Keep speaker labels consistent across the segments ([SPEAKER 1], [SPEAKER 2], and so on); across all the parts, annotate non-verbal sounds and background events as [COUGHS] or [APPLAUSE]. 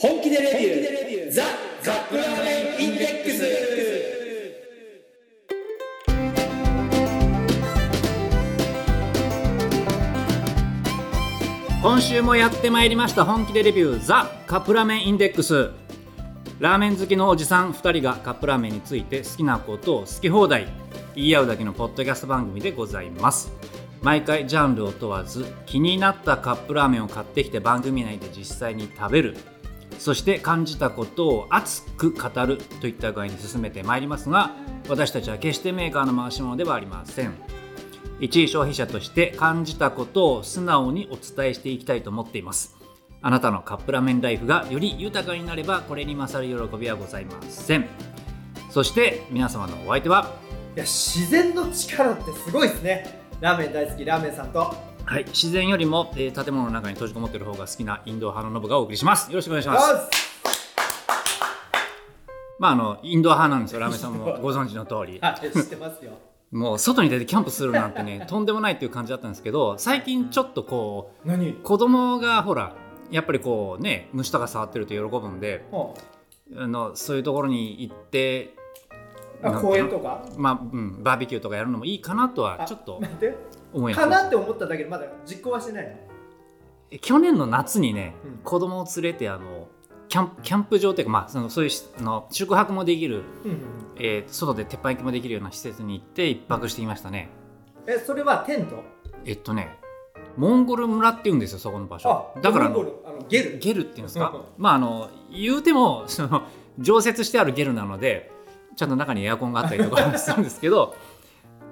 [SPEAKER 1] でレビューザ・カップラーメンインデックス
[SPEAKER 2] 今週もやってまいりました本気でレビューザ・カップラーメンインデックスラーメン好きのおじさん2人がカップラーメンについて好きなことを好き放題言い合うだけのポッドキャスト番組でございます毎回ジャンルを問わず気になったカップラーメンを買ってきて番組内で実際に食べるそして感じたことを熱く語るといった具合に進めてまいりますが私たちは決してメーカーの回し物ではありません一消費者として感じたことを素直にお伝えしていきたいと思っていますあなたのカップラーメンライフがより豊かになればこれに勝る喜びはございませんそして皆様のお相手はい
[SPEAKER 3] や自然の力ってすごいですねラーメン大好きラーメンさん
[SPEAKER 2] [LAUGHS]
[SPEAKER 3] と
[SPEAKER 2] はい、自然よりも、えー建物の中に閉じこもっている方が好きなインド派のノブがお送りします。よろしくお願いします。まああのインド派なんですよ、ラーメンさんもご存知の通り。
[SPEAKER 3] あ知ってますよ
[SPEAKER 2] もう外に出てキャンプするなんてね、とんでもないっていう感じだったんですけど、最近ちょっとこ
[SPEAKER 3] 何
[SPEAKER 2] う子供がほらやっぱりこうね虫とか触ってると喜ぶんで、
[SPEAKER 3] も
[SPEAKER 2] あのそういうところに行って、
[SPEAKER 3] うあ
[SPEAKER 2] なん
[SPEAKER 3] 公園とか
[SPEAKER 2] まあうんバーベキューとかやるのもいいかなとは
[SPEAKER 3] あ
[SPEAKER 2] ちょっと
[SPEAKER 3] 待って
[SPEAKER 2] 思いま
[SPEAKER 3] か
[SPEAKER 2] す。
[SPEAKER 3] なって思っただけでまだ実行はしてないの
[SPEAKER 2] 去年の夏にね、
[SPEAKER 3] うん
[SPEAKER 2] 子供を連れてあのキャンプキャンプ場というか、まあ、そのそういうしあの宿泊もできる、
[SPEAKER 3] うんうん
[SPEAKER 2] えー外で鉄板焼きもできるような施設に行って一泊していましたね、
[SPEAKER 3] うんえそれはテント
[SPEAKER 2] えっとねモンゴル村っていうんですよそこの場所だからあ
[SPEAKER 3] ゴ
[SPEAKER 2] の
[SPEAKER 3] ルゴルあのゲル
[SPEAKER 2] ゲルっていうんです
[SPEAKER 3] う
[SPEAKER 2] か
[SPEAKER 3] ん
[SPEAKER 2] まああの言うてもその常設してあるゲルなのでちゃんと中にエアコンがあったりとかするんですけ
[SPEAKER 3] [LAUGHS]
[SPEAKER 2] ど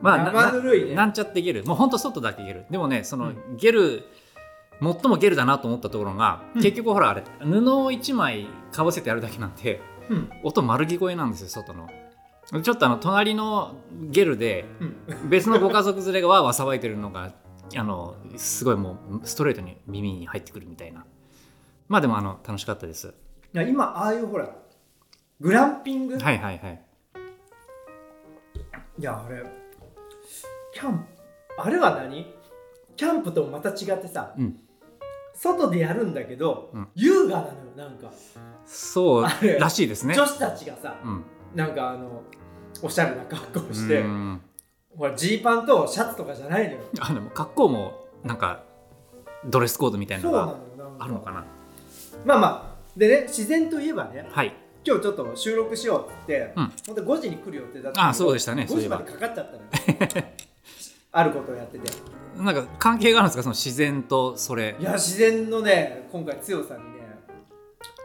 [SPEAKER 2] まあな
[SPEAKER 3] 生ぬるいね
[SPEAKER 2] なんちゃってゲルもうほんと外だけゲルでもねその、
[SPEAKER 3] う
[SPEAKER 2] ゲル最もゲルだなと思ったところが、
[SPEAKER 3] うん
[SPEAKER 2] 結局ほらあれ布を1枚かぶせてやるだけなんで
[SPEAKER 3] うん
[SPEAKER 2] 音丸聞こえなんですよ外のちょっとあの隣のゲルで
[SPEAKER 3] うん
[SPEAKER 2] 別のご家族連れがわーわー騒いでるのがあのすごいもうストレートに耳に入ってくるみたいなまあでもあの楽しかったです
[SPEAKER 3] いや今ああいうほらグランピング、
[SPEAKER 2] はいはいはい
[SPEAKER 3] いやあれキャンプあれは何キャンプともまた違ってさ、
[SPEAKER 2] うん
[SPEAKER 3] 外でやるんだけど、
[SPEAKER 2] うん
[SPEAKER 3] 優雅なのよなんか、
[SPEAKER 2] そう
[SPEAKER 3] あれ
[SPEAKER 2] らしいですね
[SPEAKER 3] 女子たちがさ
[SPEAKER 2] うん
[SPEAKER 3] なんかあのおしゃれな格好をして
[SPEAKER 2] うん
[SPEAKER 3] ほらジーパンとシャツとかじゃないのよ
[SPEAKER 2] あでも格好もなんかドレスコードみたいな
[SPEAKER 3] そ
[SPEAKER 2] の
[SPEAKER 3] うな
[SPEAKER 2] が
[SPEAKER 3] のよなん
[SPEAKER 2] あるのかな
[SPEAKER 3] まあまあでね自然といえばね
[SPEAKER 2] はい
[SPEAKER 3] 今日ちょっと収録しようって
[SPEAKER 2] うん
[SPEAKER 3] 言って、ほんと5時に来る予定だったんだけど
[SPEAKER 2] あそうでしたね
[SPEAKER 3] 5時までかかっちゃったのよあることをやってて
[SPEAKER 2] なんか関係があるんですかその自然とそれ
[SPEAKER 3] いや自然のね今回強さにね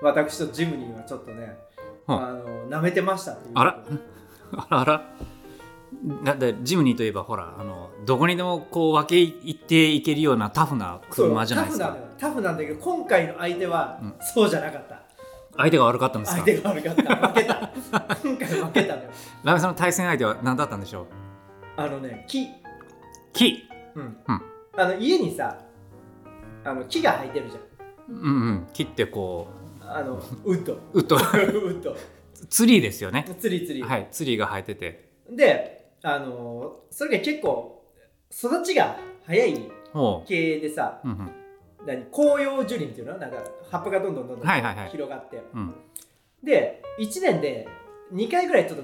[SPEAKER 3] 私とジムニーはちょっとね、
[SPEAKER 2] うん
[SPEAKER 3] あの舐めてましたっていう
[SPEAKER 2] あらあらあらだってジムニーといえばほらあのどこにでもこう分け入っていけるようなタフな
[SPEAKER 3] そう
[SPEAKER 2] 車じゃないです
[SPEAKER 3] タ
[SPEAKER 2] か
[SPEAKER 3] フなのよタフなんだけど今回の相手は、
[SPEAKER 2] うん
[SPEAKER 3] そうじゃなかった
[SPEAKER 2] 相手が悪かったんです
[SPEAKER 3] 相
[SPEAKER 2] か
[SPEAKER 3] 手が悪かった負けた今回負けたのよ
[SPEAKER 2] ラメさんの対戦相手は何だったんでしょう
[SPEAKER 3] あのね木
[SPEAKER 2] 木
[SPEAKER 3] うん、
[SPEAKER 2] うん
[SPEAKER 3] あの家にさあの木が生えてるじ
[SPEAKER 2] うんうん木ってこ
[SPEAKER 3] ゃんあのウッド [LAUGHS]
[SPEAKER 2] ううっと
[SPEAKER 3] ウッド
[SPEAKER 2] ツリーですよね
[SPEAKER 3] つりつり、
[SPEAKER 2] はいツリーが生えてて
[SPEAKER 3] であのそれが結構育ちが早い
[SPEAKER 2] ほ
[SPEAKER 3] 系でさ
[SPEAKER 2] う、うんうん、
[SPEAKER 3] 何紅葉樹林っていうのなんか葉っぱがどんどんどんどん
[SPEAKER 2] はいはいはい
[SPEAKER 3] 広がって、
[SPEAKER 2] うん
[SPEAKER 3] で1年で2回ぐらいちょっと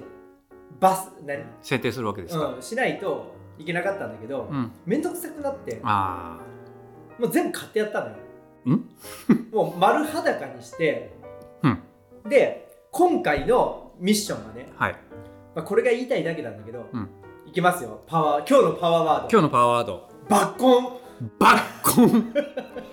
[SPEAKER 3] バス何、
[SPEAKER 2] 設定するわけですか
[SPEAKER 3] うん、しないといけなかったんだけど
[SPEAKER 2] うん、
[SPEAKER 3] 面倒、くさくなって
[SPEAKER 2] あ
[SPEAKER 3] もう全部買ってやったのよ
[SPEAKER 2] ん
[SPEAKER 3] もう丸裸にして、
[SPEAKER 2] うん
[SPEAKER 3] で今回のミッションはね、
[SPEAKER 2] あはい
[SPEAKER 3] まあ、これが言いたいだけなんだけど、
[SPEAKER 2] うん
[SPEAKER 3] いきますよパワー今日のパワーワード
[SPEAKER 2] 今日のパワーワード
[SPEAKER 3] バッコン
[SPEAKER 2] バッコ
[SPEAKER 3] [LAUGHS]
[SPEAKER 2] ン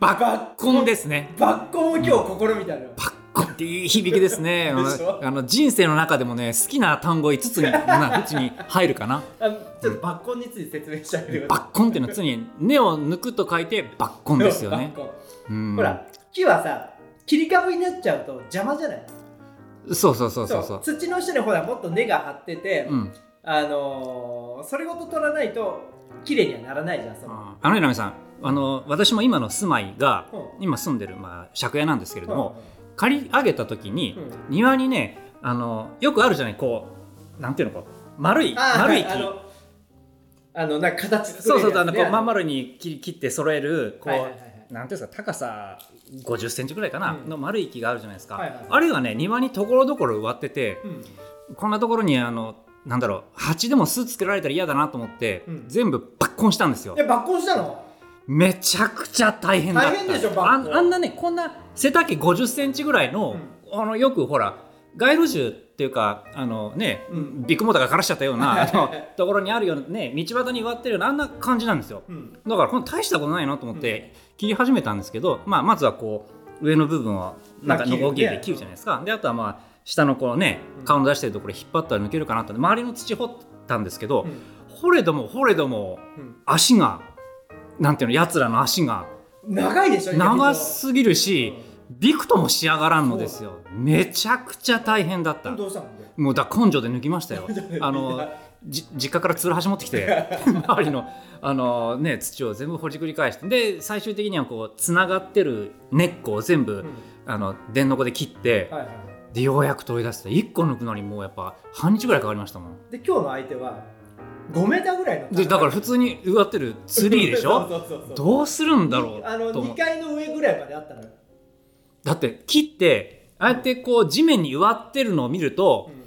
[SPEAKER 2] バッ
[SPEAKER 3] バッ
[SPEAKER 2] コンですね
[SPEAKER 3] バッコンを今日試みたのよ、
[SPEAKER 2] バッコンっていい響きですね
[SPEAKER 3] でしょ
[SPEAKER 2] あの人生の中でもね好きな単語5つになうちに入るかな
[SPEAKER 3] あのちょっとバッコンについて説明してあげてくだ
[SPEAKER 2] バ
[SPEAKER 3] さい
[SPEAKER 2] ッコンっていうのは常に根を抜くと書いてバッコンですよね
[SPEAKER 3] バッコン
[SPEAKER 2] うん
[SPEAKER 3] ほら木はさ切り株になっちゃうと邪魔じゃない
[SPEAKER 2] そうそうそうそうそう
[SPEAKER 3] そう土の下にほらもっと根が張ってて、
[SPEAKER 2] うん
[SPEAKER 3] あのーそれごと取らないと綺麗にはならないじゃんその、
[SPEAKER 2] あのねなみさんあの私も今の住まいが
[SPEAKER 3] う
[SPEAKER 2] 今住んでる、まあ、借家なんですけれども、
[SPEAKER 3] う
[SPEAKER 2] 借り上げた時に、
[SPEAKER 3] ん
[SPEAKER 2] 庭にねあのよくあるじゃないこうなんていうのこう丸い
[SPEAKER 3] あー
[SPEAKER 2] 丸い木、
[SPEAKER 3] はいあのあのなんか形作
[SPEAKER 2] そう
[SPEAKER 3] れ
[SPEAKER 2] そう
[SPEAKER 3] る
[SPEAKER 2] そうあの
[SPEAKER 3] やつね
[SPEAKER 2] こうまん丸に切り切って揃えるこう、
[SPEAKER 3] はいはいはいはい
[SPEAKER 2] なんていうんですか高さ5 0ンチぐらいかな、
[SPEAKER 3] うん
[SPEAKER 2] の丸い木があるじゃないですか、
[SPEAKER 3] はいはいはい
[SPEAKER 2] あれがね庭にところどころ植わってて、
[SPEAKER 3] うん
[SPEAKER 2] こんなところにあのなんだろう蜂でも巣つけられたら嫌だなと思って、
[SPEAKER 3] うん
[SPEAKER 2] 全部抜根したんですよ
[SPEAKER 3] え、抜根したの
[SPEAKER 2] めちゃくちゃ大変だった
[SPEAKER 3] 大変でしょ
[SPEAKER 2] あ
[SPEAKER 3] バッ
[SPEAKER 2] ん
[SPEAKER 3] グ
[SPEAKER 2] あんなねこんな背丈5 0ンチぐらいの,、あのよくほら街路樹っていうかあのね、
[SPEAKER 3] うん
[SPEAKER 2] ビッグモーターが枯らしちゃったよう
[SPEAKER 3] [LAUGHS]
[SPEAKER 2] なあの
[SPEAKER 3] はいはいはい
[SPEAKER 2] ところにあるようなね道端に植わってるようなあんな感じなんですよ
[SPEAKER 3] うん。
[SPEAKER 2] だからこの大したことないなと思って切り始めたんですけど、まあ、まずはこう上の部分はなんか
[SPEAKER 3] ま
[SPEAKER 2] の
[SPEAKER 3] あ切る
[SPEAKER 2] こぎり
[SPEAKER 3] ね
[SPEAKER 2] で切るじゃないですか、であとはまあ下のこうね
[SPEAKER 3] うん
[SPEAKER 2] 顔の出してるところ引っ張ったら抜けるかなと思って周りの土掘ったんですけど、
[SPEAKER 3] うん
[SPEAKER 2] 掘れども掘れども
[SPEAKER 3] うん
[SPEAKER 2] 足がなんていうのやつらの足が
[SPEAKER 3] 長いでしょ
[SPEAKER 2] 長すぎる
[SPEAKER 3] 意
[SPEAKER 2] し
[SPEAKER 3] 外
[SPEAKER 2] び
[SPEAKER 3] と
[SPEAKER 2] くとも仕上がらんのですよめちゃくちゃ大変だっ
[SPEAKER 3] う
[SPEAKER 2] た
[SPEAKER 3] んどうしたの
[SPEAKER 2] もうだ根性で抜きま
[SPEAKER 3] [LAUGHS]
[SPEAKER 2] したよあ
[SPEAKER 3] い
[SPEAKER 2] の
[SPEAKER 3] や
[SPEAKER 2] じ実家からツルハシ持ってき
[SPEAKER 3] [LAUGHS]
[SPEAKER 2] て周りのあの、ね、土を全部ほじくり返してで最終的にはこうつながってる根っこを全部、
[SPEAKER 3] うん
[SPEAKER 2] あの電のこで切って、
[SPEAKER 3] はいはい
[SPEAKER 2] でようやく取り出して1個抜くのにもうやっぱ半日ぐらいかかりましたもん
[SPEAKER 3] で、今日の相手は5メーターぐらいの高さ。
[SPEAKER 2] でだから普通に植わってるツリーでしょ
[SPEAKER 3] [LAUGHS] そうそうそうそう
[SPEAKER 2] どうするんだろ
[SPEAKER 3] あ
[SPEAKER 2] う
[SPEAKER 3] の
[SPEAKER 2] と思っ
[SPEAKER 3] 2
[SPEAKER 2] て
[SPEAKER 3] 階の上ぐらいまであったのよ。
[SPEAKER 2] だって切ってああやってこう地面に植わってるのを見ると、
[SPEAKER 3] うん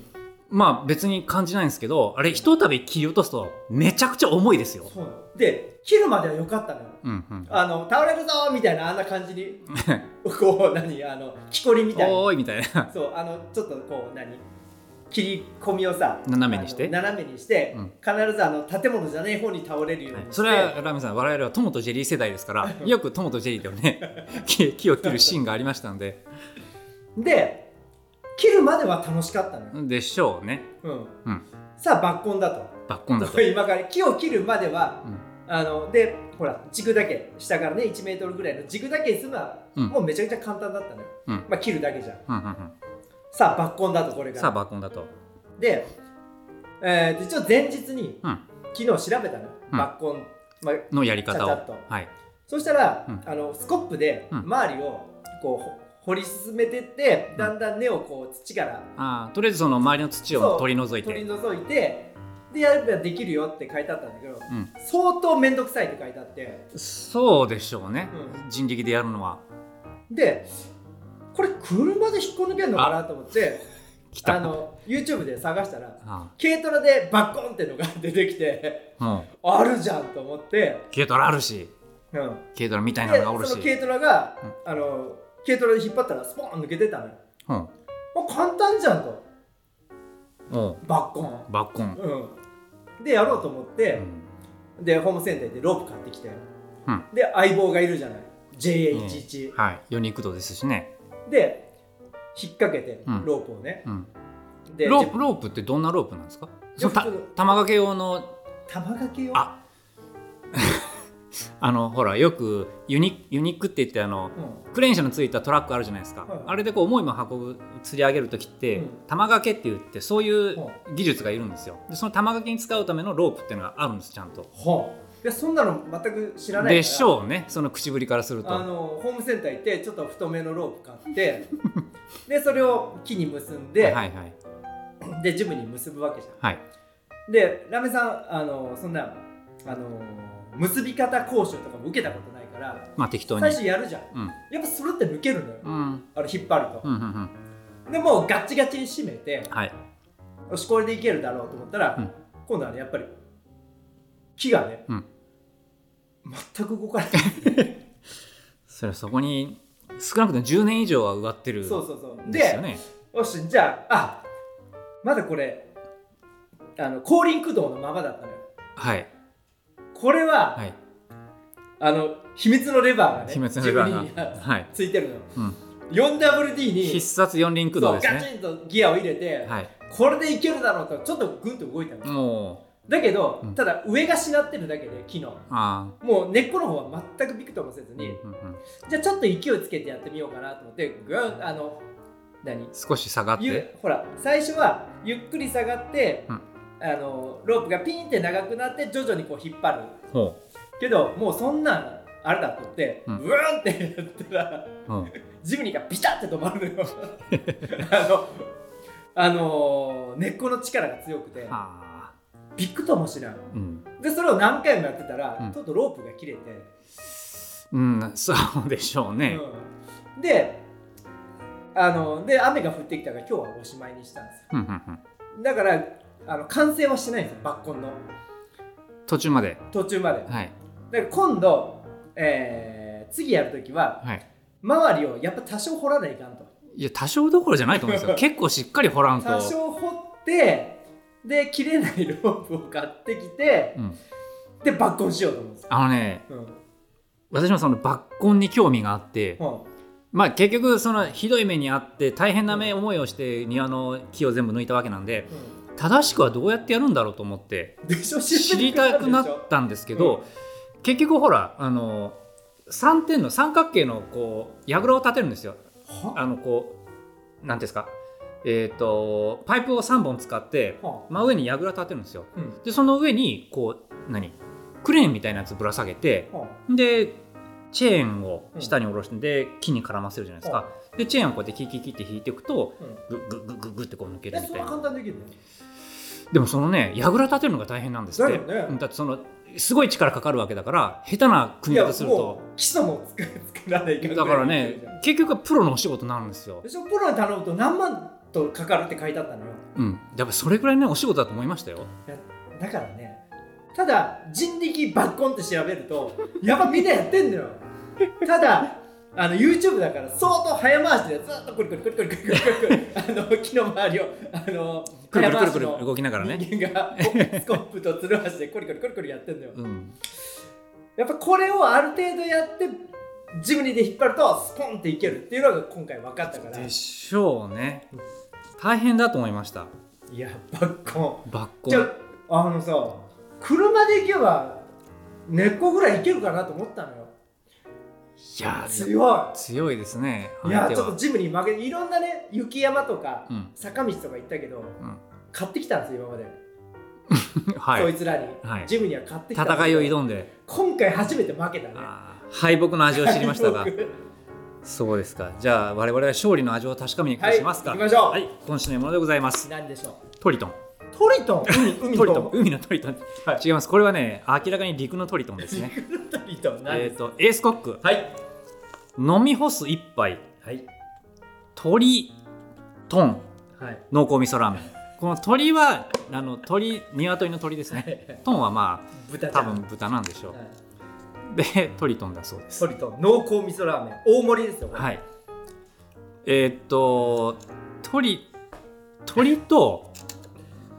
[SPEAKER 2] まあ別に感じないんですけどあれひとたび切り落とすとめちゃくちゃ重いですよ。
[SPEAKER 3] そうなので、切るまでは良かったのよ。
[SPEAKER 2] うん
[SPEAKER 3] [LAUGHS]
[SPEAKER 2] うん、
[SPEAKER 3] あの倒れるぞーみたいなあんな感じにこう何あの木こりみたいな
[SPEAKER 2] おーいみたいな。
[SPEAKER 3] そうあのちょっとこう何切り込みをさ
[SPEAKER 2] 斜めにして
[SPEAKER 3] あの斜めにして、
[SPEAKER 2] うん
[SPEAKER 3] 必ずあの建物じゃない方に倒れるようにして、
[SPEAKER 2] それはラーメンさん我々はトモとジェリー世代ですからよくトモとジェリーでも
[SPEAKER 3] [LAUGHS]
[SPEAKER 2] ね木木を切るシーンがありましたんで
[SPEAKER 3] で切るまでは楽しかったのよ、
[SPEAKER 2] でしょうね
[SPEAKER 3] うん
[SPEAKER 2] うん
[SPEAKER 3] さあ抜根だと
[SPEAKER 2] 抜根だと
[SPEAKER 3] [LAUGHS] 今から木を切るまでは、
[SPEAKER 2] うん
[SPEAKER 3] あのでほら軸だけ下からね1メートルぐらいの軸だけにすむのは、
[SPEAKER 2] うん
[SPEAKER 3] もうめちゃくちゃ簡単だったのよ、
[SPEAKER 2] うん
[SPEAKER 3] まあ、切るだけじゃん
[SPEAKER 2] うんうんうん
[SPEAKER 3] さあ抜根だとこれが
[SPEAKER 2] さあ抜根だと
[SPEAKER 3] で、えーと、一応前日に、
[SPEAKER 2] うん
[SPEAKER 3] 昨日調べたの、
[SPEAKER 2] うん
[SPEAKER 3] 抜根、まあ、
[SPEAKER 2] のやり方を
[SPEAKER 3] ちゃちゃっと
[SPEAKER 2] はい
[SPEAKER 3] そしたら、
[SPEAKER 2] うん
[SPEAKER 3] あのスコップで
[SPEAKER 2] うん
[SPEAKER 3] 周りをこうほ掘り進めてって、だんだん根をこう土から
[SPEAKER 2] あーとりあえずその周りの土を取り除い
[SPEAKER 3] 取り
[SPEAKER 2] て
[SPEAKER 3] 除いてでやればできるよって書いてあったんだけど、
[SPEAKER 2] ん
[SPEAKER 3] 相当面倒くさいって書いてあって
[SPEAKER 2] そうでしょうね、
[SPEAKER 3] う
[SPEAKER 2] 人力でやるのは
[SPEAKER 3] でこれ車で引っこ抜けるのかなと思って
[SPEAKER 2] [LAUGHS] 来
[SPEAKER 3] あ
[SPEAKER 2] た
[SPEAKER 3] の YouTube で探したら
[SPEAKER 2] あ
[SPEAKER 3] 軽トラでバッコンってのが出てきて [LAUGHS]
[SPEAKER 2] あも
[SPEAKER 3] あるじゃんと思って、
[SPEAKER 2] う軽トラあるし
[SPEAKER 3] うん、
[SPEAKER 2] 軽トラみたいな
[SPEAKER 3] で
[SPEAKER 2] のがおる
[SPEAKER 3] そ
[SPEAKER 2] し
[SPEAKER 3] の、軽トラが、あの軽トラで引っ張ったらスポーン抜けてたのよ
[SPEAKER 2] うん、
[SPEAKER 3] あ簡単じゃんと
[SPEAKER 2] おう
[SPEAKER 3] バッコン、
[SPEAKER 2] 抜根、
[SPEAKER 3] うん、でやろうと思って、でホームセンターでロープ買ってきて、
[SPEAKER 2] うん
[SPEAKER 3] で相棒がいるじゃない JA11、
[SPEAKER 2] はい魚肉度ですしね、
[SPEAKER 3] で引っ掛けて
[SPEAKER 2] うん
[SPEAKER 3] ロープをね、
[SPEAKER 2] うん、
[SPEAKER 3] で
[SPEAKER 2] ロープロープってどんなロープなんですか
[SPEAKER 3] い
[SPEAKER 2] そ
[SPEAKER 3] や
[SPEAKER 2] のた
[SPEAKER 3] 普通の
[SPEAKER 2] 玉掛け用の
[SPEAKER 3] 玉掛けを
[SPEAKER 2] ああのほらよくユニユニックって言ってあの
[SPEAKER 3] うん
[SPEAKER 2] クレーン車のついたトラックあるじゃないですか、
[SPEAKER 3] はい
[SPEAKER 2] あれでこう重いもの運ぶ釣り上げる時って、
[SPEAKER 3] うん
[SPEAKER 2] 玉掛けって言ってそういう
[SPEAKER 3] は
[SPEAKER 2] 技術がいるんですよでその玉掛けに使うためのロープっていうのがあるんですちゃんと
[SPEAKER 3] ほうでそんなの全く知らないから
[SPEAKER 2] でしょうねその口ぶりからすると
[SPEAKER 3] あのホームセンター行ってちょっと太めのロープ買って
[SPEAKER 2] [LAUGHS]
[SPEAKER 3] でそれを木に結んで、
[SPEAKER 2] はいはい
[SPEAKER 3] でジムに結ぶわけじゃん
[SPEAKER 2] はい
[SPEAKER 3] でラメさんあのそんなあの結び方講習とかも受けたことないから
[SPEAKER 2] まあ適当に
[SPEAKER 3] 最初やるじゃん
[SPEAKER 2] うん
[SPEAKER 3] やっぱそれって抜けるのよ、
[SPEAKER 2] うん
[SPEAKER 3] あれ引っ張る
[SPEAKER 2] う
[SPEAKER 3] と、
[SPEAKER 2] んうんうん
[SPEAKER 3] でもうガッチガチに締めて
[SPEAKER 2] はい
[SPEAKER 3] よしこれでいけるだろうと思ったら、
[SPEAKER 2] うん
[SPEAKER 3] 今度はねやっぱり木がね、
[SPEAKER 2] うん
[SPEAKER 3] 全く動
[SPEAKER 2] [LAUGHS]
[SPEAKER 3] かないそ
[SPEAKER 2] それはそこに少なくとも10年以上は植わってる
[SPEAKER 3] うそうそうで
[SPEAKER 2] ですよね
[SPEAKER 3] よしじゃああまだこれあの後輪駆動のままだったのよ
[SPEAKER 2] はい
[SPEAKER 3] これは、
[SPEAKER 2] はい
[SPEAKER 3] あの秘密のレバーがね
[SPEAKER 2] 秘密のレバーが
[SPEAKER 3] 自分に
[SPEAKER 2] はい
[SPEAKER 3] ついてるの、
[SPEAKER 2] うん
[SPEAKER 3] 4WD に
[SPEAKER 2] 必殺四輪駆動
[SPEAKER 3] そう
[SPEAKER 2] です
[SPEAKER 3] ガ
[SPEAKER 2] ね
[SPEAKER 3] チンとギアを入れて、
[SPEAKER 2] はい
[SPEAKER 3] これでいけるだろうとちょっとグンと動いたの、
[SPEAKER 2] も
[SPEAKER 3] だけど、
[SPEAKER 2] うん
[SPEAKER 3] ただ上がしなってるだけで木の
[SPEAKER 2] うあ
[SPEAKER 3] もう根っこの方は全くびくともせず
[SPEAKER 2] あ、うん
[SPEAKER 3] に、
[SPEAKER 2] うんうん、
[SPEAKER 3] じゃあちょっと勢いつけてやってみようかなと思ってグーンあの何
[SPEAKER 2] 少し下がっ
[SPEAKER 3] ゆ
[SPEAKER 2] て
[SPEAKER 3] ほら最初はゆっくり下がって、
[SPEAKER 2] うん
[SPEAKER 3] あのロープがピンって長くなって徐々にこう引っ張る
[SPEAKER 2] ほ
[SPEAKER 3] けどもうそんなんあれだと思って、
[SPEAKER 2] う
[SPEAKER 3] うんーんってやったら
[SPEAKER 2] う、うん、
[SPEAKER 3] ジムニーがビタって止まるのよ [LAUGHS] あのあのー根っこの力が強くて
[SPEAKER 2] ああ
[SPEAKER 3] びくともしない
[SPEAKER 2] うん
[SPEAKER 3] でそれを何回もやってたら、
[SPEAKER 2] うん
[SPEAKER 3] とうとうロープが切れて
[SPEAKER 2] うんそうでしょうね、
[SPEAKER 3] うんであので雨が降ってきたから今日はおしまいにしたんですよ
[SPEAKER 2] うんうんうん、
[SPEAKER 3] だからあの完成はしてないんですよ抜根の
[SPEAKER 2] 途中まで
[SPEAKER 3] 途中までだか
[SPEAKER 2] はい
[SPEAKER 3] ら今度、えー次やるときは
[SPEAKER 2] はい
[SPEAKER 3] 周りをやっぱ多少掘らないかんと
[SPEAKER 2] いや多少どころじゃないと思うんですよ結構しっかり掘らんと
[SPEAKER 3] 多少掘ってで切れないロープを買ってきて、
[SPEAKER 2] うん
[SPEAKER 3] で抜根しようと思うんですよ、
[SPEAKER 2] あのね
[SPEAKER 3] うん
[SPEAKER 2] 私もその抜根に興味があって、
[SPEAKER 3] うん
[SPEAKER 2] まあ結局そのひどい目にあって大変な目思いをして庭の木を全部抜いたわけなんで正しくはどうやってやるんだろうと思って
[SPEAKER 3] うんでしょ
[SPEAKER 2] 知りたくなったんですけど、結局ほらあの3点の三角形のこう櫓を立てるんですよ
[SPEAKER 3] は
[SPEAKER 2] あのこうなんていうんですかえっ、とパイプを3本使って
[SPEAKER 3] は
[SPEAKER 2] 真上に櫓立てるんですよ
[SPEAKER 3] うん
[SPEAKER 2] でその上にこう何クレーンみたいなやつぶら下げて
[SPEAKER 3] は
[SPEAKER 2] でチェーンを下に下ろして、で木に絡ませるじゃないですか、でチェーンをこうやってキキキって引いていくと
[SPEAKER 3] うん
[SPEAKER 2] グッグッグッグッグッってこう抜ける
[SPEAKER 3] え
[SPEAKER 2] み
[SPEAKER 3] そん
[SPEAKER 2] たい
[SPEAKER 3] な
[SPEAKER 2] な
[SPEAKER 3] 簡単にできるの
[SPEAKER 2] でもそのね櫓立てるのが大変なんですって
[SPEAKER 3] だよね
[SPEAKER 2] うんだってそのすごい力かかるわけだから下手な組み方すると
[SPEAKER 3] う基礎も作作らないかん
[SPEAKER 2] だからね結局はプロのお仕事になるんですよ、
[SPEAKER 3] でしょプロに頼むと何万とかかるって書いてあったのよ
[SPEAKER 2] うん、やっぱそれぐらいねお仕事だと思いましたよ
[SPEAKER 3] だからねただ人力抜根って調べるとやっぱみんなやってんのよただあの YouTube だから相当早回しでずっとくるくるくるくるくるくるくるあの木の周りをあの
[SPEAKER 2] くる
[SPEAKER 3] 早
[SPEAKER 2] く
[SPEAKER 3] 回
[SPEAKER 2] る
[SPEAKER 3] し
[SPEAKER 2] くるく
[SPEAKER 3] の
[SPEAKER 2] る動きながらね、
[SPEAKER 3] 人間がスコップとつるはしでくるくるくるくるやってんのよ
[SPEAKER 2] うん、
[SPEAKER 3] やっぱこれをある程度やってジムニーで引っ張るとスポンっていけるっていうのが今回分かったから
[SPEAKER 2] でしょうね大変だと思いました
[SPEAKER 3] いや抜
[SPEAKER 2] 抜
[SPEAKER 3] 根じゃ
[SPEAKER 2] 根
[SPEAKER 3] ああのさ車で行けば根っこぐらいいけるかなと思ったのよ
[SPEAKER 2] いやー
[SPEAKER 3] 強
[SPEAKER 2] 強いですね
[SPEAKER 3] いいや
[SPEAKER 2] 相手
[SPEAKER 3] ちょ
[SPEAKER 2] は
[SPEAKER 3] っとジムに負けていろんなね雪山とか
[SPEAKER 2] うん
[SPEAKER 3] 坂道とか行ったけど、
[SPEAKER 2] ん
[SPEAKER 3] 買ってきたんですよ今まで、
[SPEAKER 2] は
[SPEAKER 3] そ
[SPEAKER 2] い
[SPEAKER 3] いつらに、
[SPEAKER 2] はい
[SPEAKER 3] ジムには買ってきたんです
[SPEAKER 2] 戦
[SPEAKER 3] け
[SPEAKER 2] い
[SPEAKER 3] ど
[SPEAKER 2] を挑んで
[SPEAKER 3] 今回初めて負けたね
[SPEAKER 2] あー敗北の味を知りま
[SPEAKER 3] [LAUGHS]
[SPEAKER 2] したが
[SPEAKER 3] 僕
[SPEAKER 2] そうですかじゃあ我々は勝利の味を確かめに行くとしますか
[SPEAKER 3] はい行きましょう
[SPEAKER 2] はい今週の獲物でございます
[SPEAKER 3] 何でしょ
[SPEAKER 2] トリトン
[SPEAKER 3] うトリトン
[SPEAKER 2] トリ
[SPEAKER 3] 海海の
[SPEAKER 2] トン海のトリトン、
[SPEAKER 3] はい
[SPEAKER 2] 違いますこれはね明らかに陸のトリトンですね
[SPEAKER 3] [LAUGHS] トリトン何
[SPEAKER 2] え
[SPEAKER 3] で
[SPEAKER 2] っ
[SPEAKER 3] す
[SPEAKER 2] とエースコック
[SPEAKER 3] はい
[SPEAKER 2] 飲み干す一杯
[SPEAKER 3] はい
[SPEAKER 2] 鳥トン
[SPEAKER 3] はい
[SPEAKER 2] 濃厚味噌ラーメンこの鳥はあの鳥鶏の鳥ですねトンはまあ
[SPEAKER 3] 豚ちゃ
[SPEAKER 2] 多
[SPEAKER 3] ん
[SPEAKER 2] 分豚なんでしょ
[SPEAKER 3] はいう
[SPEAKER 2] でトリトンだそうです
[SPEAKER 3] トリトン濃厚味噌ラーメン大盛りですよこれ
[SPEAKER 2] はいえーっと鳥鳥と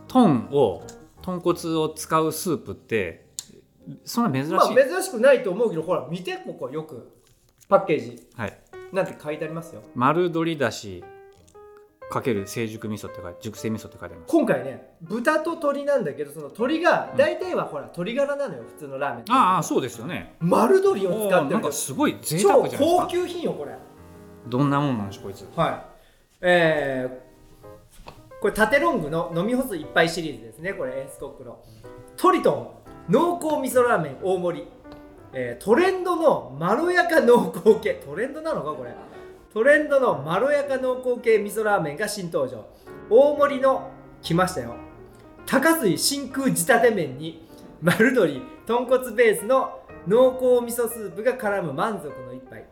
[SPEAKER 2] トンを豚骨を使うスープってそんな珍しい、
[SPEAKER 3] まあ珍しくないと思うけどほら見てここよくパッケージ
[SPEAKER 2] はい、
[SPEAKER 3] なんて書いてありますよ
[SPEAKER 2] 丸鶏だしかける成熟味噌って書いて熟成味噌って書いてあります
[SPEAKER 3] 今回ね豚と鶏なんだけどその鶏が
[SPEAKER 2] ん
[SPEAKER 3] 大体はほら鶏ガラなのよ普通のラーメンって
[SPEAKER 2] ああそうですよね
[SPEAKER 3] 丸鶏
[SPEAKER 2] おー
[SPEAKER 3] を使って
[SPEAKER 2] な
[SPEAKER 3] る
[SPEAKER 2] んかすごい贅
[SPEAKER 3] 超
[SPEAKER 2] 沢じゃないです
[SPEAKER 3] 高
[SPEAKER 2] か
[SPEAKER 3] 級品よこれ
[SPEAKER 2] どんなもんなんでしょうこいつ
[SPEAKER 3] はいえー、これ縦ロングの飲み干す一杯シリーズですねこれエースコックのトリトン濃厚味噌ラーメン大盛り、えートレンドのまろやか濃厚系トレンドなのかこれトレンドのまろやか濃厚系味噌ラーメンが新登場大盛りの来ましたよ高水真空仕立て麺に丸鶏豚骨ベースの濃厚味噌スープが絡む満足の一杯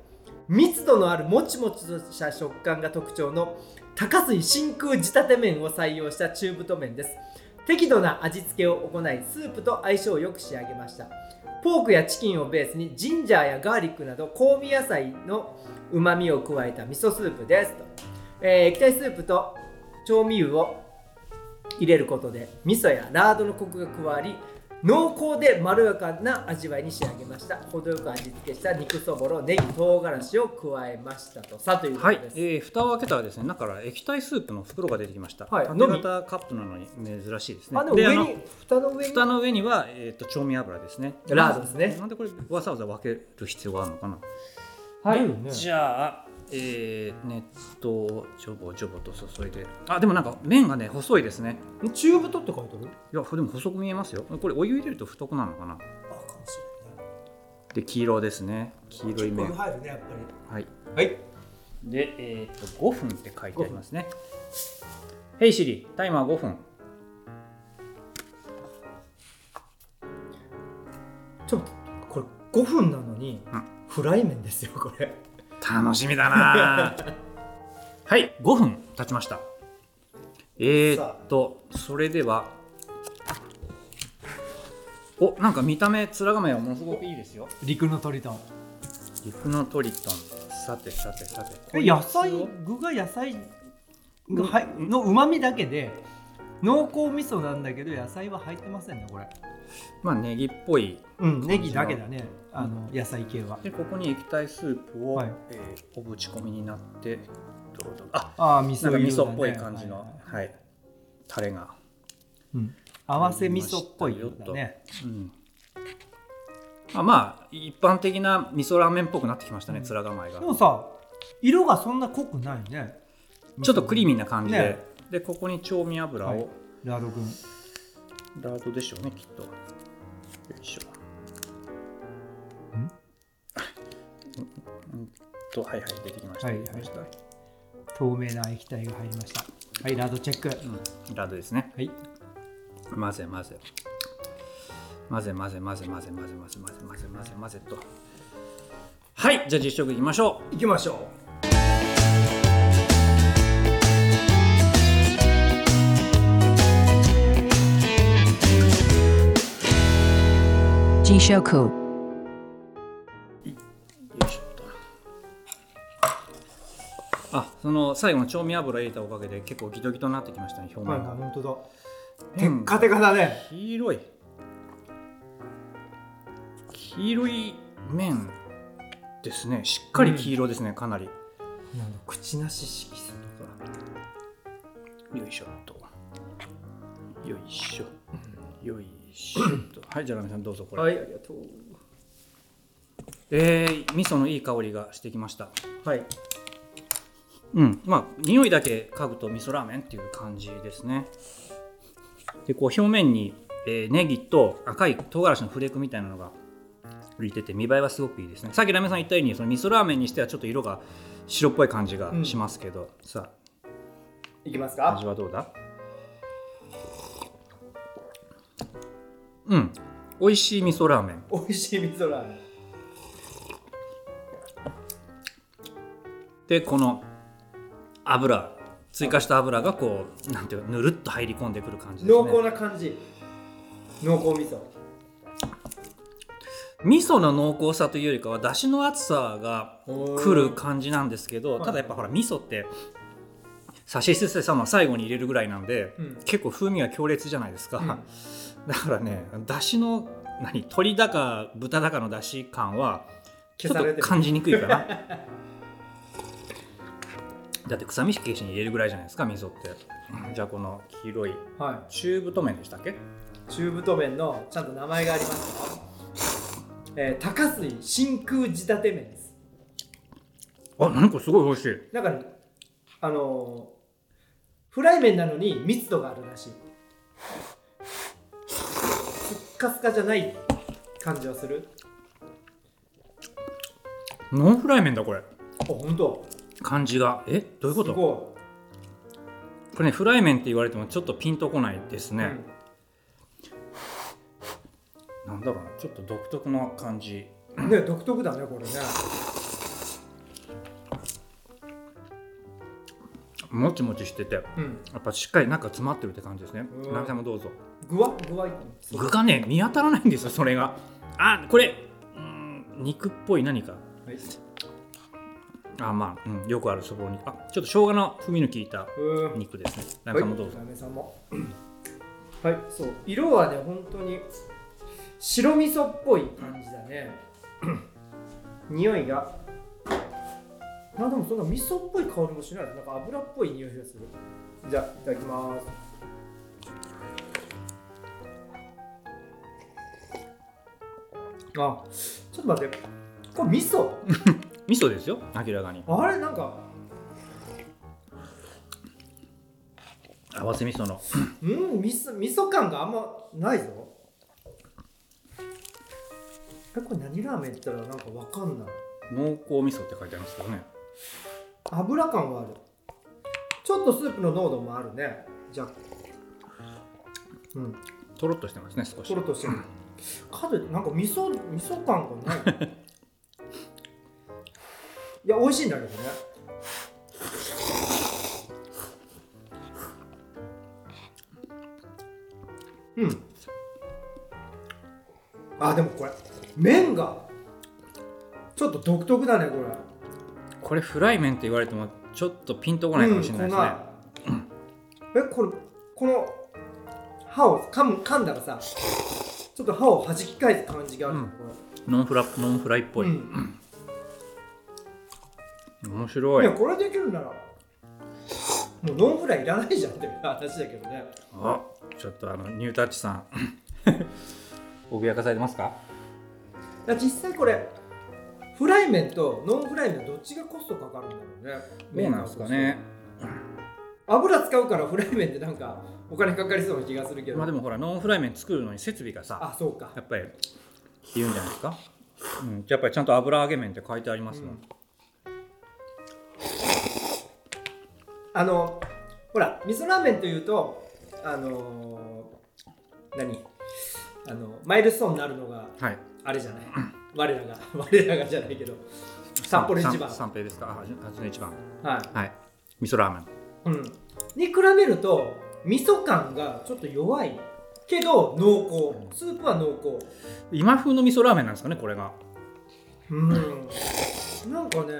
[SPEAKER 3] 密度のあるもちもちとした食感が特徴の高水真空仕立て麺を採用した中太麺です適度な味付けを行いスープと相性をよく仕上げましたポークやチキンをベースにジンジャーやガーリックなど香味野菜のうまみを加えた味噌スープですと、えー液体スープと調味油を入れることで味噌やラードのコクが加わり濃厚でまろやかな味わいに仕上げました程よく味付けした肉そぼろネギ唐辛子を加えましたとさというこ
[SPEAKER 2] は
[SPEAKER 3] と
[SPEAKER 2] い
[SPEAKER 3] で、す、
[SPEAKER 2] えー、蓋を開けたらですね中から液体スープの袋が出てきました、
[SPEAKER 3] はい
[SPEAKER 2] 縦型カップなのに珍しいですね
[SPEAKER 3] あでも上
[SPEAKER 2] あ
[SPEAKER 3] に
[SPEAKER 2] の
[SPEAKER 3] 蓋の上に
[SPEAKER 2] 蓋の上には、えー、と調味油ですね
[SPEAKER 3] ラードですね
[SPEAKER 2] なんでこれわざわざ分ける必要があるのかな
[SPEAKER 3] は
[SPEAKER 2] じゃあえー、熱湯をジョボジョボと注いであでもなんか麺がね細いですね
[SPEAKER 3] 中太って書いてる
[SPEAKER 2] いやでも細く見えますよこれお湯入れると太くなるのかな
[SPEAKER 3] あかもし
[SPEAKER 2] で黄色ですね黄色い
[SPEAKER 3] れない
[SPEAKER 2] 麺
[SPEAKER 3] 入るねやっぱ
[SPEAKER 2] はい
[SPEAKER 3] りはい
[SPEAKER 2] で、えー、と5分って書いてありますね。ヘイシリ、タイマー5分。
[SPEAKER 3] ちょっとこれ5分なのに、
[SPEAKER 2] うん
[SPEAKER 3] フライ麺ですよこれ
[SPEAKER 2] 楽しみだな [LAUGHS] はい5分経ちましたえー、っとそれではおなんか見た目面構えはものすごくいいですよ
[SPEAKER 3] 陸の鳥と
[SPEAKER 2] 陸のトリトンさてさてさて
[SPEAKER 3] これ野菜具が野菜がはいのうまみだけで濃厚味噌なんだけど野菜は入ってませんねこれ
[SPEAKER 2] まあネギっぽい
[SPEAKER 3] うんネギだけだねあの野菜系は
[SPEAKER 2] でここに液体スープを、
[SPEAKER 3] はい
[SPEAKER 2] えーおぶち込みになってドロドロあ
[SPEAKER 3] ああ味
[SPEAKER 2] なん
[SPEAKER 3] 噌
[SPEAKER 2] か
[SPEAKER 3] 色だね
[SPEAKER 2] 味噌っぽい感じの、
[SPEAKER 3] は
[SPEAKER 2] はい
[SPEAKER 3] はい
[SPEAKER 2] タレが、
[SPEAKER 3] うん合わせ味噌っぽい色だね
[SPEAKER 2] うんあまあ一般的な味噌ラーメンっぽくなってきましたね、
[SPEAKER 3] うん
[SPEAKER 2] 面構えが
[SPEAKER 3] でもさ色がそんな濃くないね
[SPEAKER 2] ちょっとクリーミーな感じで、
[SPEAKER 3] ね
[SPEAKER 2] でここに調味油を、
[SPEAKER 3] はいラード君
[SPEAKER 2] ラードでしょうねきっとよいし [LAUGHS] ょ
[SPEAKER 3] ん
[SPEAKER 2] うんうんとはいはい出てきました、
[SPEAKER 3] はいはい
[SPEAKER 2] 出てきました
[SPEAKER 3] 透明な液体が入りましたはいラードチェック
[SPEAKER 2] うんラードですね
[SPEAKER 3] はい
[SPEAKER 2] 混ぜ混ぜ混ぜ混ぜ混ぜ混ぜ混ぜ混ぜ混ぜ混ぜ混ぜ混ぜとはいじゃあ実食いきましょ
[SPEAKER 3] 行きましょ
[SPEAKER 4] Jishoku.
[SPEAKER 2] うよいしょっとあその最後の調味油入れたおかげで結構ギトギトになってきましたね
[SPEAKER 3] う
[SPEAKER 2] 表
[SPEAKER 3] はい
[SPEAKER 2] 面
[SPEAKER 3] はい
[SPEAKER 2] が
[SPEAKER 3] 本当だ
[SPEAKER 2] うん
[SPEAKER 3] テッカテカだね
[SPEAKER 2] 黄色い黄色い麺ですねしっかり黄色ですね、かなり
[SPEAKER 3] なんだ口なし色素
[SPEAKER 2] よいしょっとよいしょよいしょっとはいじゃあラミさんどうぞこれ、
[SPEAKER 3] はいありがとう
[SPEAKER 2] えー、味噌のいい香りがしてきました
[SPEAKER 3] はい
[SPEAKER 2] うんまあ匂いだけ嗅ぐと味噌ラーメンっていう感じですねでこう表面に、えー、ネギと赤い唐辛子のフレークみたいなのが浮いてて見栄えはすごくいいですねさっきラーメンさん言ったようにその味噌ラーメンにしてはちょっと色が白っぽい感じがしますけど、さ
[SPEAKER 3] いきます
[SPEAKER 2] あ
[SPEAKER 3] か
[SPEAKER 2] 味はどうだうん美味しい味噌ラーメン
[SPEAKER 3] 美味しい味噌ラーメン
[SPEAKER 2] でこの油追加した油がこうなんていうかぬるっと入り込んでくる感じですね
[SPEAKER 3] 濃厚な感じ濃厚味噌
[SPEAKER 2] 味噌の濃厚さというよりかは出汁の厚さがくる感じなんですけど
[SPEAKER 3] うん
[SPEAKER 2] ただやっぱほら味噌ってさしすせさま最後に入れるぐらいなんで、
[SPEAKER 3] うん
[SPEAKER 2] 結構風味が強烈じゃないですか、
[SPEAKER 3] うん
[SPEAKER 2] [LAUGHS] だからね出汁の何鶏だか豚だかの出汁感はちょ
[SPEAKER 3] 消
[SPEAKER 2] っ
[SPEAKER 3] されてる
[SPEAKER 2] と感じにくいか
[SPEAKER 3] [LAUGHS]
[SPEAKER 2] なだって臭み消しに入れるぐらいじゃないですか味噌って、うんじゃあこの黄色い
[SPEAKER 3] は
[SPEAKER 2] 中太麺でしたっけ
[SPEAKER 3] い中太麺のちゃんと名前がありますよえー、高須真空仕立て麺です
[SPEAKER 2] あ何これすごい美味しい
[SPEAKER 3] だからあのーフライ麺なのに密度があるらしいスッカスカじゃない感じはする
[SPEAKER 2] ノンフライ麺だこれ
[SPEAKER 3] あ本当
[SPEAKER 2] 感じがえどういうこと
[SPEAKER 3] すご
[SPEAKER 2] これねフライ麺って言われてもちょっとピンとこないです
[SPEAKER 3] い、
[SPEAKER 2] ね、なんだろうなちょっと独特な感じ
[SPEAKER 3] うんね独特だねこれね
[SPEAKER 2] もちもちしててや
[SPEAKER 3] うん
[SPEAKER 2] っぱしっかり中詰まってるって感じですね
[SPEAKER 3] うん
[SPEAKER 2] ナミさんもどうぞ
[SPEAKER 3] 具は具は
[SPEAKER 2] 具がね見当たらないんですよそれがあこれうーん肉っぽい何か
[SPEAKER 3] はい
[SPEAKER 2] あまあ、うん、よくあるそぼろにあちょっと生姜の風味の効いた
[SPEAKER 3] うん
[SPEAKER 2] 肉ですねナミさんもどうぞ、
[SPEAKER 3] はい、さんも。 [CLEARS THROAT] はい、そう、色はね、本当に。白味噌っぽい感じだね。 [CLEARS THROAT] 匂いが。なんでも、そんな味噌っぽい香りもしない、なんか油っぽい匂いがする。じゃあ、いただきます。あ、ちょっと待って。これ味噌。
[SPEAKER 2] 味噌ですよ明らかに
[SPEAKER 3] あれ、なんか。
[SPEAKER 2] 合わせ味噌の
[SPEAKER 3] うん味噌味噌感があんまないぞえこれ何ラーメンって言ったらなんかわかんない
[SPEAKER 2] 濃厚味噌って書いてありますけどね
[SPEAKER 3] 油感はあるちょっとスープの濃度もあるね若干うん
[SPEAKER 2] とろっとしてますね少し
[SPEAKER 3] とろっとしてるかといってなんか味噌味噌感がないいや美味しいんだけどねうんあでもこれ麺がちょっと独特だねこれ
[SPEAKER 2] これフライ麺って言われてもちょっとピンとこないかもしれないですね、
[SPEAKER 3] うん、こんなえこれこの歯を噛む噛んだらさちょっと歯を弾き返す感じがある、
[SPEAKER 2] うん
[SPEAKER 3] こ
[SPEAKER 2] ノンフラノンフライっぽ
[SPEAKER 3] れ
[SPEAKER 2] い、
[SPEAKER 3] うん
[SPEAKER 2] 面白
[SPEAKER 3] い
[SPEAKER 2] い
[SPEAKER 3] やこれできるならもうノンフライいらないじゃんっていう話だけどね
[SPEAKER 2] あちょっとあのニュータッチさん [LAUGHS] 脅かされてますか
[SPEAKER 3] だから実際これフライ麺とノンフライ麺どっちがコストかかるんだろうね
[SPEAKER 2] どうなんですかね
[SPEAKER 3] 油使うからフライ麺ってなんかお金かかりそうな気がするけど、
[SPEAKER 2] まあでもほらノンフライ麺作るのに設備がさ
[SPEAKER 3] あそうか
[SPEAKER 2] やっぱり言うんじゃないですか、うん、やっぱりちゃんと油揚げ麺って書いてありますもん、
[SPEAKER 3] あのほら味噌ラーメンというとあのー何あのマイルストーンになるのが
[SPEAKER 2] はい
[SPEAKER 3] あれじゃない我らが我らがじゃないけど札幌一番
[SPEAKER 2] 三三平ですかあ味の一番
[SPEAKER 3] はい
[SPEAKER 2] はい味噌ラーメン
[SPEAKER 3] うん、に比べると味噌感がちょっと弱いけど濃厚スープは濃厚
[SPEAKER 2] 今風の味噌ラーメンなんですかねこれが
[SPEAKER 3] うんなんかね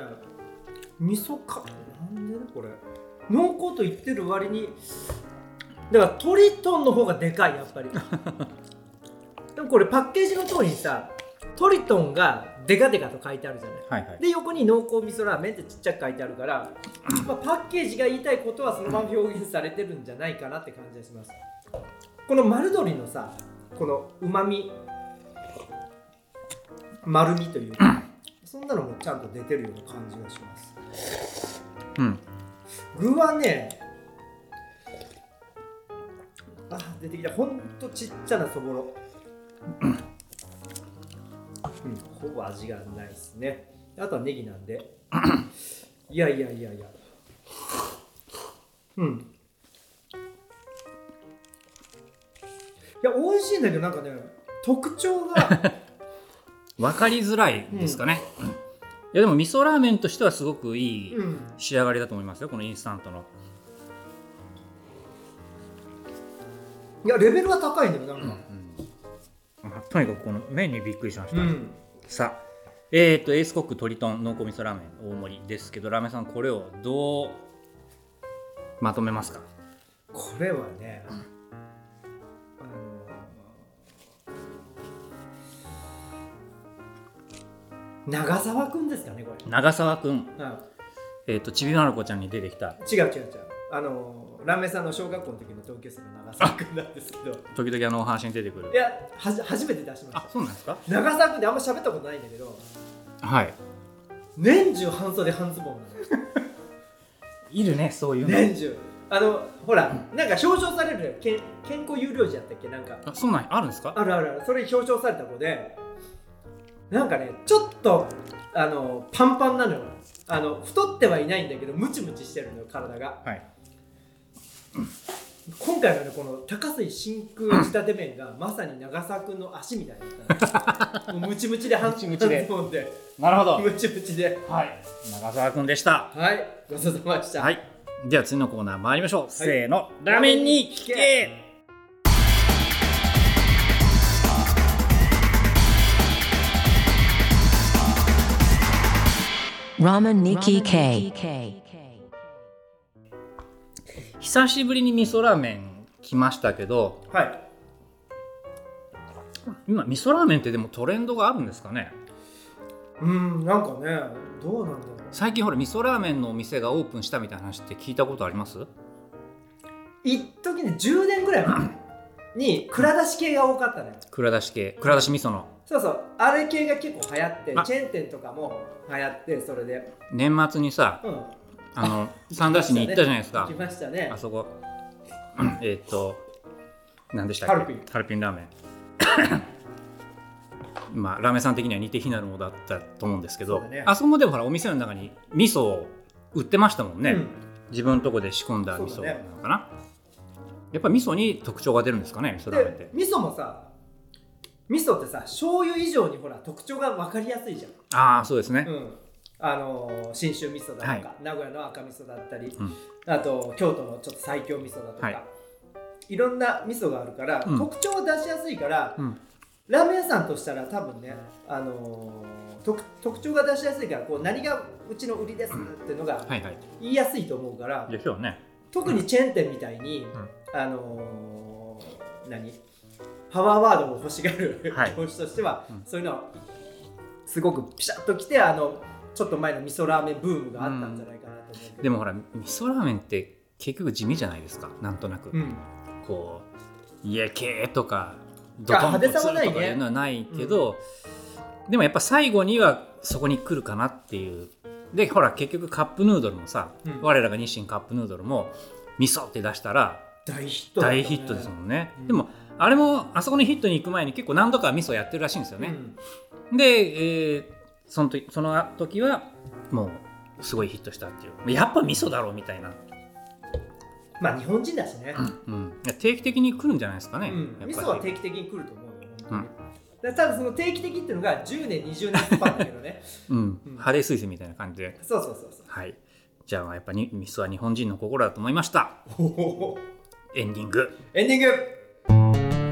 [SPEAKER 3] 味噌かなんでだこれ濃厚と言ってる割にだからトリトンの方がでかいやっぱりでもこれパッケージの通りにさトリトンがデカデカと書いてあるじゃない
[SPEAKER 2] はいはい
[SPEAKER 3] で横に濃厚味噌ラーメンってちっちゃく書いてあるから、まあ、パッケージが言いたいことはそのまま表現されてるんじゃないかなって感じがしますこの丸鶏のさこのうまみ丸みという
[SPEAKER 2] [CLEARS THROAT]
[SPEAKER 3] かそんなのもちゃんと出てるような感じがします
[SPEAKER 2] うん
[SPEAKER 3] 具はねあ出てきたほんとちっちゃなそぼろうんほぼ味がないですねあとはネギなんで [COUGHS] いやいやいやいやうんいや美味しいんだけどなんかね特徴が
[SPEAKER 2] 分かりづらいですかね、うんいやでも味噌ラーメンとしてはすごくいい
[SPEAKER 3] うん
[SPEAKER 2] 仕上がりだと思いますよこのインスタントの
[SPEAKER 3] いやレベルが高いんだよなんか
[SPEAKER 2] あとにかくこの麺にびっくりしまし
[SPEAKER 3] う
[SPEAKER 2] た、
[SPEAKER 3] ん
[SPEAKER 2] さあえー、とエースコック鶏豚濃厚味噌ラーメン大盛りですけどラーメンさんこれをどうまとめますか
[SPEAKER 3] これはね、あの長澤くんですかねこれ、
[SPEAKER 2] 長澤くん、
[SPEAKER 3] うん
[SPEAKER 2] えー、とちびまる子ちゃんに出てきた
[SPEAKER 3] 違う違う違うあのラーメンさんの小学校の時の同級生の長澤くんなんですけどい
[SPEAKER 2] 時々あのお話に出てくる
[SPEAKER 3] やはじ初めて出しました
[SPEAKER 2] あそうなんですか
[SPEAKER 3] 長澤くんってあんま喋ったことないんだけど
[SPEAKER 2] はい
[SPEAKER 3] 年中半袖半ズボンなのよ
[SPEAKER 2] いるねそういうの、
[SPEAKER 3] [LAUGHS] 年中あのほらなんか表彰されるのよけん健康有料児やったっけなんか
[SPEAKER 2] あそうなんあるんですか
[SPEAKER 3] あるあるあるそれに表彰された子でなんかねちょっとあのパンパンなのよあの太ってはいないんだけどムチムチしてるのよ体が
[SPEAKER 2] はい
[SPEAKER 3] 今回はねこの高杉真空仕立て麺がまさに長澤君の足みたいだったのもうムチムチで半
[SPEAKER 2] ムチムチで
[SPEAKER 3] 半ズボンで
[SPEAKER 2] なるほ
[SPEAKER 3] ムチムチで
[SPEAKER 2] はい長澤くんでした
[SPEAKER 3] はいごちそうさまでした
[SPEAKER 2] はいでは次のコーナー参りましょう、せーのラーメンに聞
[SPEAKER 3] ラー
[SPEAKER 2] け
[SPEAKER 4] ラーメンに
[SPEAKER 5] Nikki
[SPEAKER 4] 聞
[SPEAKER 5] K.
[SPEAKER 4] け
[SPEAKER 5] K.
[SPEAKER 2] 久しぶりに味噌ラーメン来ましたけど
[SPEAKER 3] はい
[SPEAKER 2] 今味噌ラーメンってでもトレンドがあるんですかね
[SPEAKER 3] うんなんかねどうなんだろう
[SPEAKER 2] 最近ほら味噌ラーメンのお店がオープンしたみたいな話って聞いたことあります
[SPEAKER 3] 一時ね10年ぐらい前に蔵出し系が多かったのよ
[SPEAKER 2] 蔵出し系蔵出し味噌の
[SPEAKER 3] そうそうあれ系が結構流行って
[SPEAKER 2] あ
[SPEAKER 3] チェーン店とかも流行ってそれで
[SPEAKER 2] 年末にさ
[SPEAKER 3] うん
[SPEAKER 2] あの三田市に行ったじゃないですか
[SPEAKER 3] 来ましたね
[SPEAKER 2] あそこうんえーっと何でしたっけ
[SPEAKER 3] ハルピン
[SPEAKER 2] ハルピンラーメン [COUGHS] まあラーメンさん的には似て非なるものだったと思うんですけ
[SPEAKER 3] そ
[SPEAKER 2] ど
[SPEAKER 3] うだね
[SPEAKER 2] あそこもでもほらお店の中に味噌を売ってましたもんね、
[SPEAKER 3] うん
[SPEAKER 2] 自分のとこで仕込んだ味噌
[SPEAKER 3] そう
[SPEAKER 2] な
[SPEAKER 3] だ
[SPEAKER 2] の
[SPEAKER 3] ね
[SPEAKER 2] かな、やっぱ味噌に特徴が出るんですかね味噌ラーメンっ
[SPEAKER 3] で
[SPEAKER 2] て
[SPEAKER 3] 味噌もさ味噌ってさ醤油以上にほら特徴が分かりやすいじゃん、
[SPEAKER 2] ああそうですね、
[SPEAKER 3] うん、あの信州味噌だとか、
[SPEAKER 2] はい
[SPEAKER 3] 名古屋の赤味噌だったり、
[SPEAKER 2] うん
[SPEAKER 3] あと京都のちょっと最強味噌だとか、
[SPEAKER 2] はい
[SPEAKER 3] い、ろんな味噌があるから、
[SPEAKER 2] うん
[SPEAKER 3] 特徴を出しやすいから、
[SPEAKER 2] うん
[SPEAKER 3] ラーメン屋さんとしたら多分ね、あのー特特徴が出しやすいからこう何がうちの売りですっていうのが
[SPEAKER 2] はいはい
[SPEAKER 3] 言いやすいと思うから、
[SPEAKER 2] でしょうね
[SPEAKER 3] 特にチェーン店みたいに、
[SPEAKER 2] う
[SPEAKER 3] あのー何パワーワードを欲しがる、
[SPEAKER 2] はい
[SPEAKER 3] 投資としては、
[SPEAKER 2] うん
[SPEAKER 3] そういうのをすごくピシャッときてあのちょっと前の味噌ラーメンブームがあったんじゃないかなと思うけど
[SPEAKER 2] でもほら味噌ラーメンって結局地味じゃないですかなんとなく、
[SPEAKER 3] うん
[SPEAKER 2] こう「イエケー」とか「ドトン
[SPEAKER 3] 派
[SPEAKER 2] と
[SPEAKER 3] 手
[SPEAKER 2] ツ
[SPEAKER 3] さは
[SPEAKER 2] ー」
[SPEAKER 3] ない
[SPEAKER 2] と
[SPEAKER 3] ね
[SPEAKER 2] かいうのはないけど、でもやっぱ最後にはそこに来るかなっていうでほら結局カップヌードルもさ、
[SPEAKER 3] うん
[SPEAKER 2] 我らが日清カップヌードルも「味噌」って出したら
[SPEAKER 3] 大ヒットだったね
[SPEAKER 2] 大ヒットですもんね、
[SPEAKER 3] うん
[SPEAKER 2] でもあれもあそこにヒットに行く前に結構何度か味噌やってるらしいんですよね、
[SPEAKER 3] うん
[SPEAKER 2] で、えーその時その時はもうすごいヒットしたっていうやっぱ味噌だろうみたいな、
[SPEAKER 3] まあ日本人だしね、
[SPEAKER 2] うん、いや定期的に来るんじゃないですかね、
[SPEAKER 3] うん
[SPEAKER 2] やっぱり
[SPEAKER 3] 味噌は定期的に来ると思うよ本当に、ただその定期的っていうのが10年20年スパンだけど
[SPEAKER 2] [LAUGHS]
[SPEAKER 3] ね
[SPEAKER 2] うん、
[SPEAKER 3] うん
[SPEAKER 2] ハレー彗星みたいな感じで
[SPEAKER 3] そうそうそうそう
[SPEAKER 2] はいじゃあやっぱり味噌は日本人の心だと思いました
[SPEAKER 3] ほほほ
[SPEAKER 2] エンディング
[SPEAKER 3] エンディング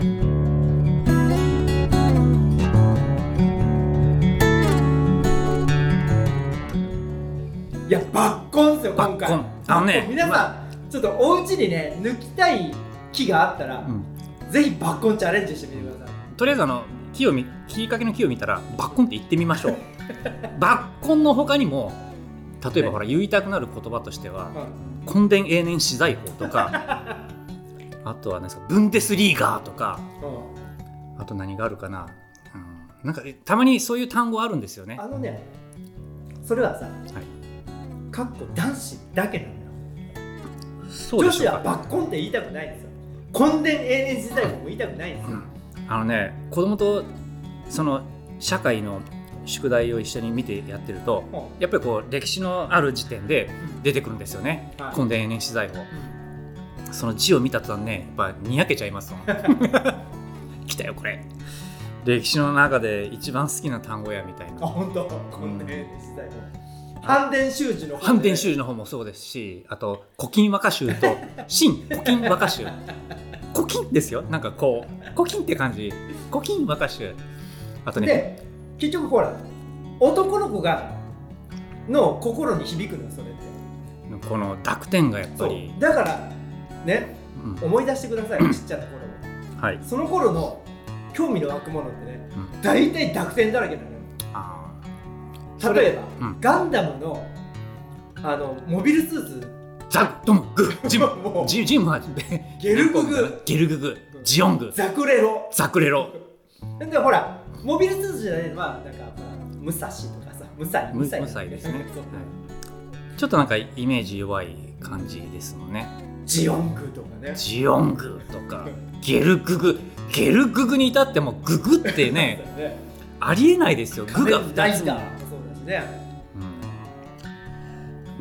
[SPEAKER 3] いや、バッコンですよ、
[SPEAKER 2] バ
[SPEAKER 3] 今
[SPEAKER 2] ッ
[SPEAKER 3] 回。
[SPEAKER 2] コンあのね
[SPEAKER 3] 皆さん、ちょっとお家にね、抜きたい木があったら、
[SPEAKER 2] うん
[SPEAKER 3] ぜひバッコンチャレンジしてみてください。
[SPEAKER 2] とりあえずあの木を見きっかけの木を見たらバッコンって言ってみましょ [LAUGHS] うバッコンの他にも例えばほら言いたくなる言葉としては「墾田永年資材法」とか [LAUGHS] あとは何ですか「ブンデスリーガー」とか
[SPEAKER 3] うん
[SPEAKER 2] あと何があるかな、うん、なんかえたまにそういう単語あるんですよね
[SPEAKER 3] あのね、それはさ、
[SPEAKER 2] はい
[SPEAKER 3] かっこ男子だけなんだよ。
[SPEAKER 2] そう
[SPEAKER 3] 女
[SPEAKER 2] でし
[SPEAKER 3] 子
[SPEAKER 2] ょう
[SPEAKER 3] は
[SPEAKER 2] か
[SPEAKER 3] バッコンって言いたくないんですよ。墾田永年時代も言いたくないんですよ。
[SPEAKER 2] あのね子供とその社会の宿題を一緒に見てやってると
[SPEAKER 3] うん
[SPEAKER 2] やっぱりこう歴史のある時点で出てくるんですよね
[SPEAKER 3] はい
[SPEAKER 2] 墾田永年資材法その字を見た途端ねやっぱにやけちゃいます
[SPEAKER 3] [LAUGHS]
[SPEAKER 2] もん来たよこれ歴史の中で一番好きな単語やみたい
[SPEAKER 3] あ、
[SPEAKER 2] な
[SPEAKER 3] 本当。こんな絵でしたよ。反電習字の方ね
[SPEAKER 2] 反転集の方もそうですしあと「古今和歌集」と「新 [LAUGHS] 古今和歌集」古今ですよなんかこう古今って感じ古今和歌集あとね
[SPEAKER 3] で、結局ほら、男の子がの心に響くのよそれって。
[SPEAKER 2] この濁点がやっぱり
[SPEAKER 3] そう。だからね、
[SPEAKER 2] う
[SPEAKER 3] 思い出してく
[SPEAKER 2] [CLEARS THROAT]
[SPEAKER 3] ださい。ちっちゃな頃を。
[SPEAKER 2] ん、はい
[SPEAKER 3] その頃の興味の湧くものってね
[SPEAKER 2] う、
[SPEAKER 3] 大体濁点だらけなのよ。
[SPEAKER 2] あ
[SPEAKER 3] 例えば、
[SPEAKER 2] うん
[SPEAKER 3] ガンダムのあのモビルスーツ、
[SPEAKER 2] ーザッドングジム
[SPEAKER 3] もう
[SPEAKER 2] ジジムは
[SPEAKER 3] ゲルググ
[SPEAKER 2] ゲルググジオング
[SPEAKER 3] ザクレロ。
[SPEAKER 2] ザクレロ
[SPEAKER 3] でほら、モビルスーツじゃないのはなんかほら武蔵とかさ、武蔵、
[SPEAKER 2] 無無罪ですね、は
[SPEAKER 3] そう
[SPEAKER 2] い、ちょっとなんかイメージ弱い感じですもんね
[SPEAKER 3] ジオングとかね。
[SPEAKER 2] ジオングとかゲルググゲルググに至ってもググって
[SPEAKER 3] [LAUGHS]
[SPEAKER 2] ねありえないですよグが
[SPEAKER 3] ラ
[SPEAKER 2] 2
[SPEAKER 3] イ
[SPEAKER 2] つ
[SPEAKER 3] ダ
[SPEAKER 2] も、
[SPEAKER 3] ーもそうだしね。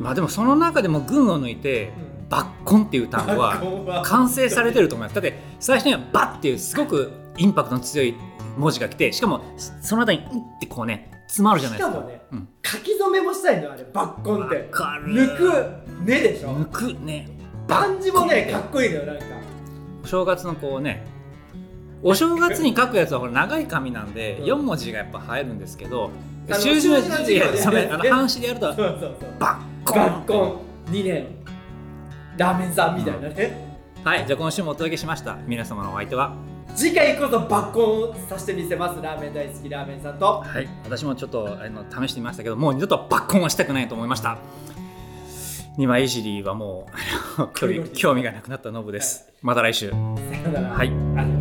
[SPEAKER 2] うんまあでもその中でも群を抜いて
[SPEAKER 3] うん
[SPEAKER 2] バッコンっていう単語は完成されてると思いますだって最初にはバッっていうすごくインパクトの強い文字が来てしかもその後に「う」ってこうね詰まるじゃないですか
[SPEAKER 3] しかもね
[SPEAKER 2] うん
[SPEAKER 3] 書き初めもしたいのあれ、バッコンって
[SPEAKER 2] わ。かる
[SPEAKER 3] 抜く、ねでしょ
[SPEAKER 2] 抜。くね
[SPEAKER 3] 漢字もね、か
[SPEAKER 2] バッ
[SPEAKER 3] っこいいのよ、なんか。
[SPEAKER 2] お正月のこうねお正月に書くやつはほら長い紙なんで4文字がやっぱ入るんですけど
[SPEAKER 3] あの
[SPEAKER 2] 習字の字
[SPEAKER 3] 習字の字が
[SPEAKER 2] で
[SPEAKER 3] ね
[SPEAKER 2] [LAUGHS] それあの半紙でやると
[SPEAKER 3] そうそうそう。
[SPEAKER 2] バッコン
[SPEAKER 3] バッコン、2年、ラーメンさんみたいなね。
[SPEAKER 2] はいじゃあ今週もお届けしました皆様のお相手は
[SPEAKER 3] 次回こそバッコンをさせてみせます、ラーメン大好きラーメンさんと。
[SPEAKER 2] はい私もちょっとあの試してみましたけどもう二度とバッコンはしたくないと思いました2枚いじりはもうあの距離興味がなくなったノブですまた来週
[SPEAKER 3] さよなら。
[SPEAKER 2] はい
[SPEAKER 3] あの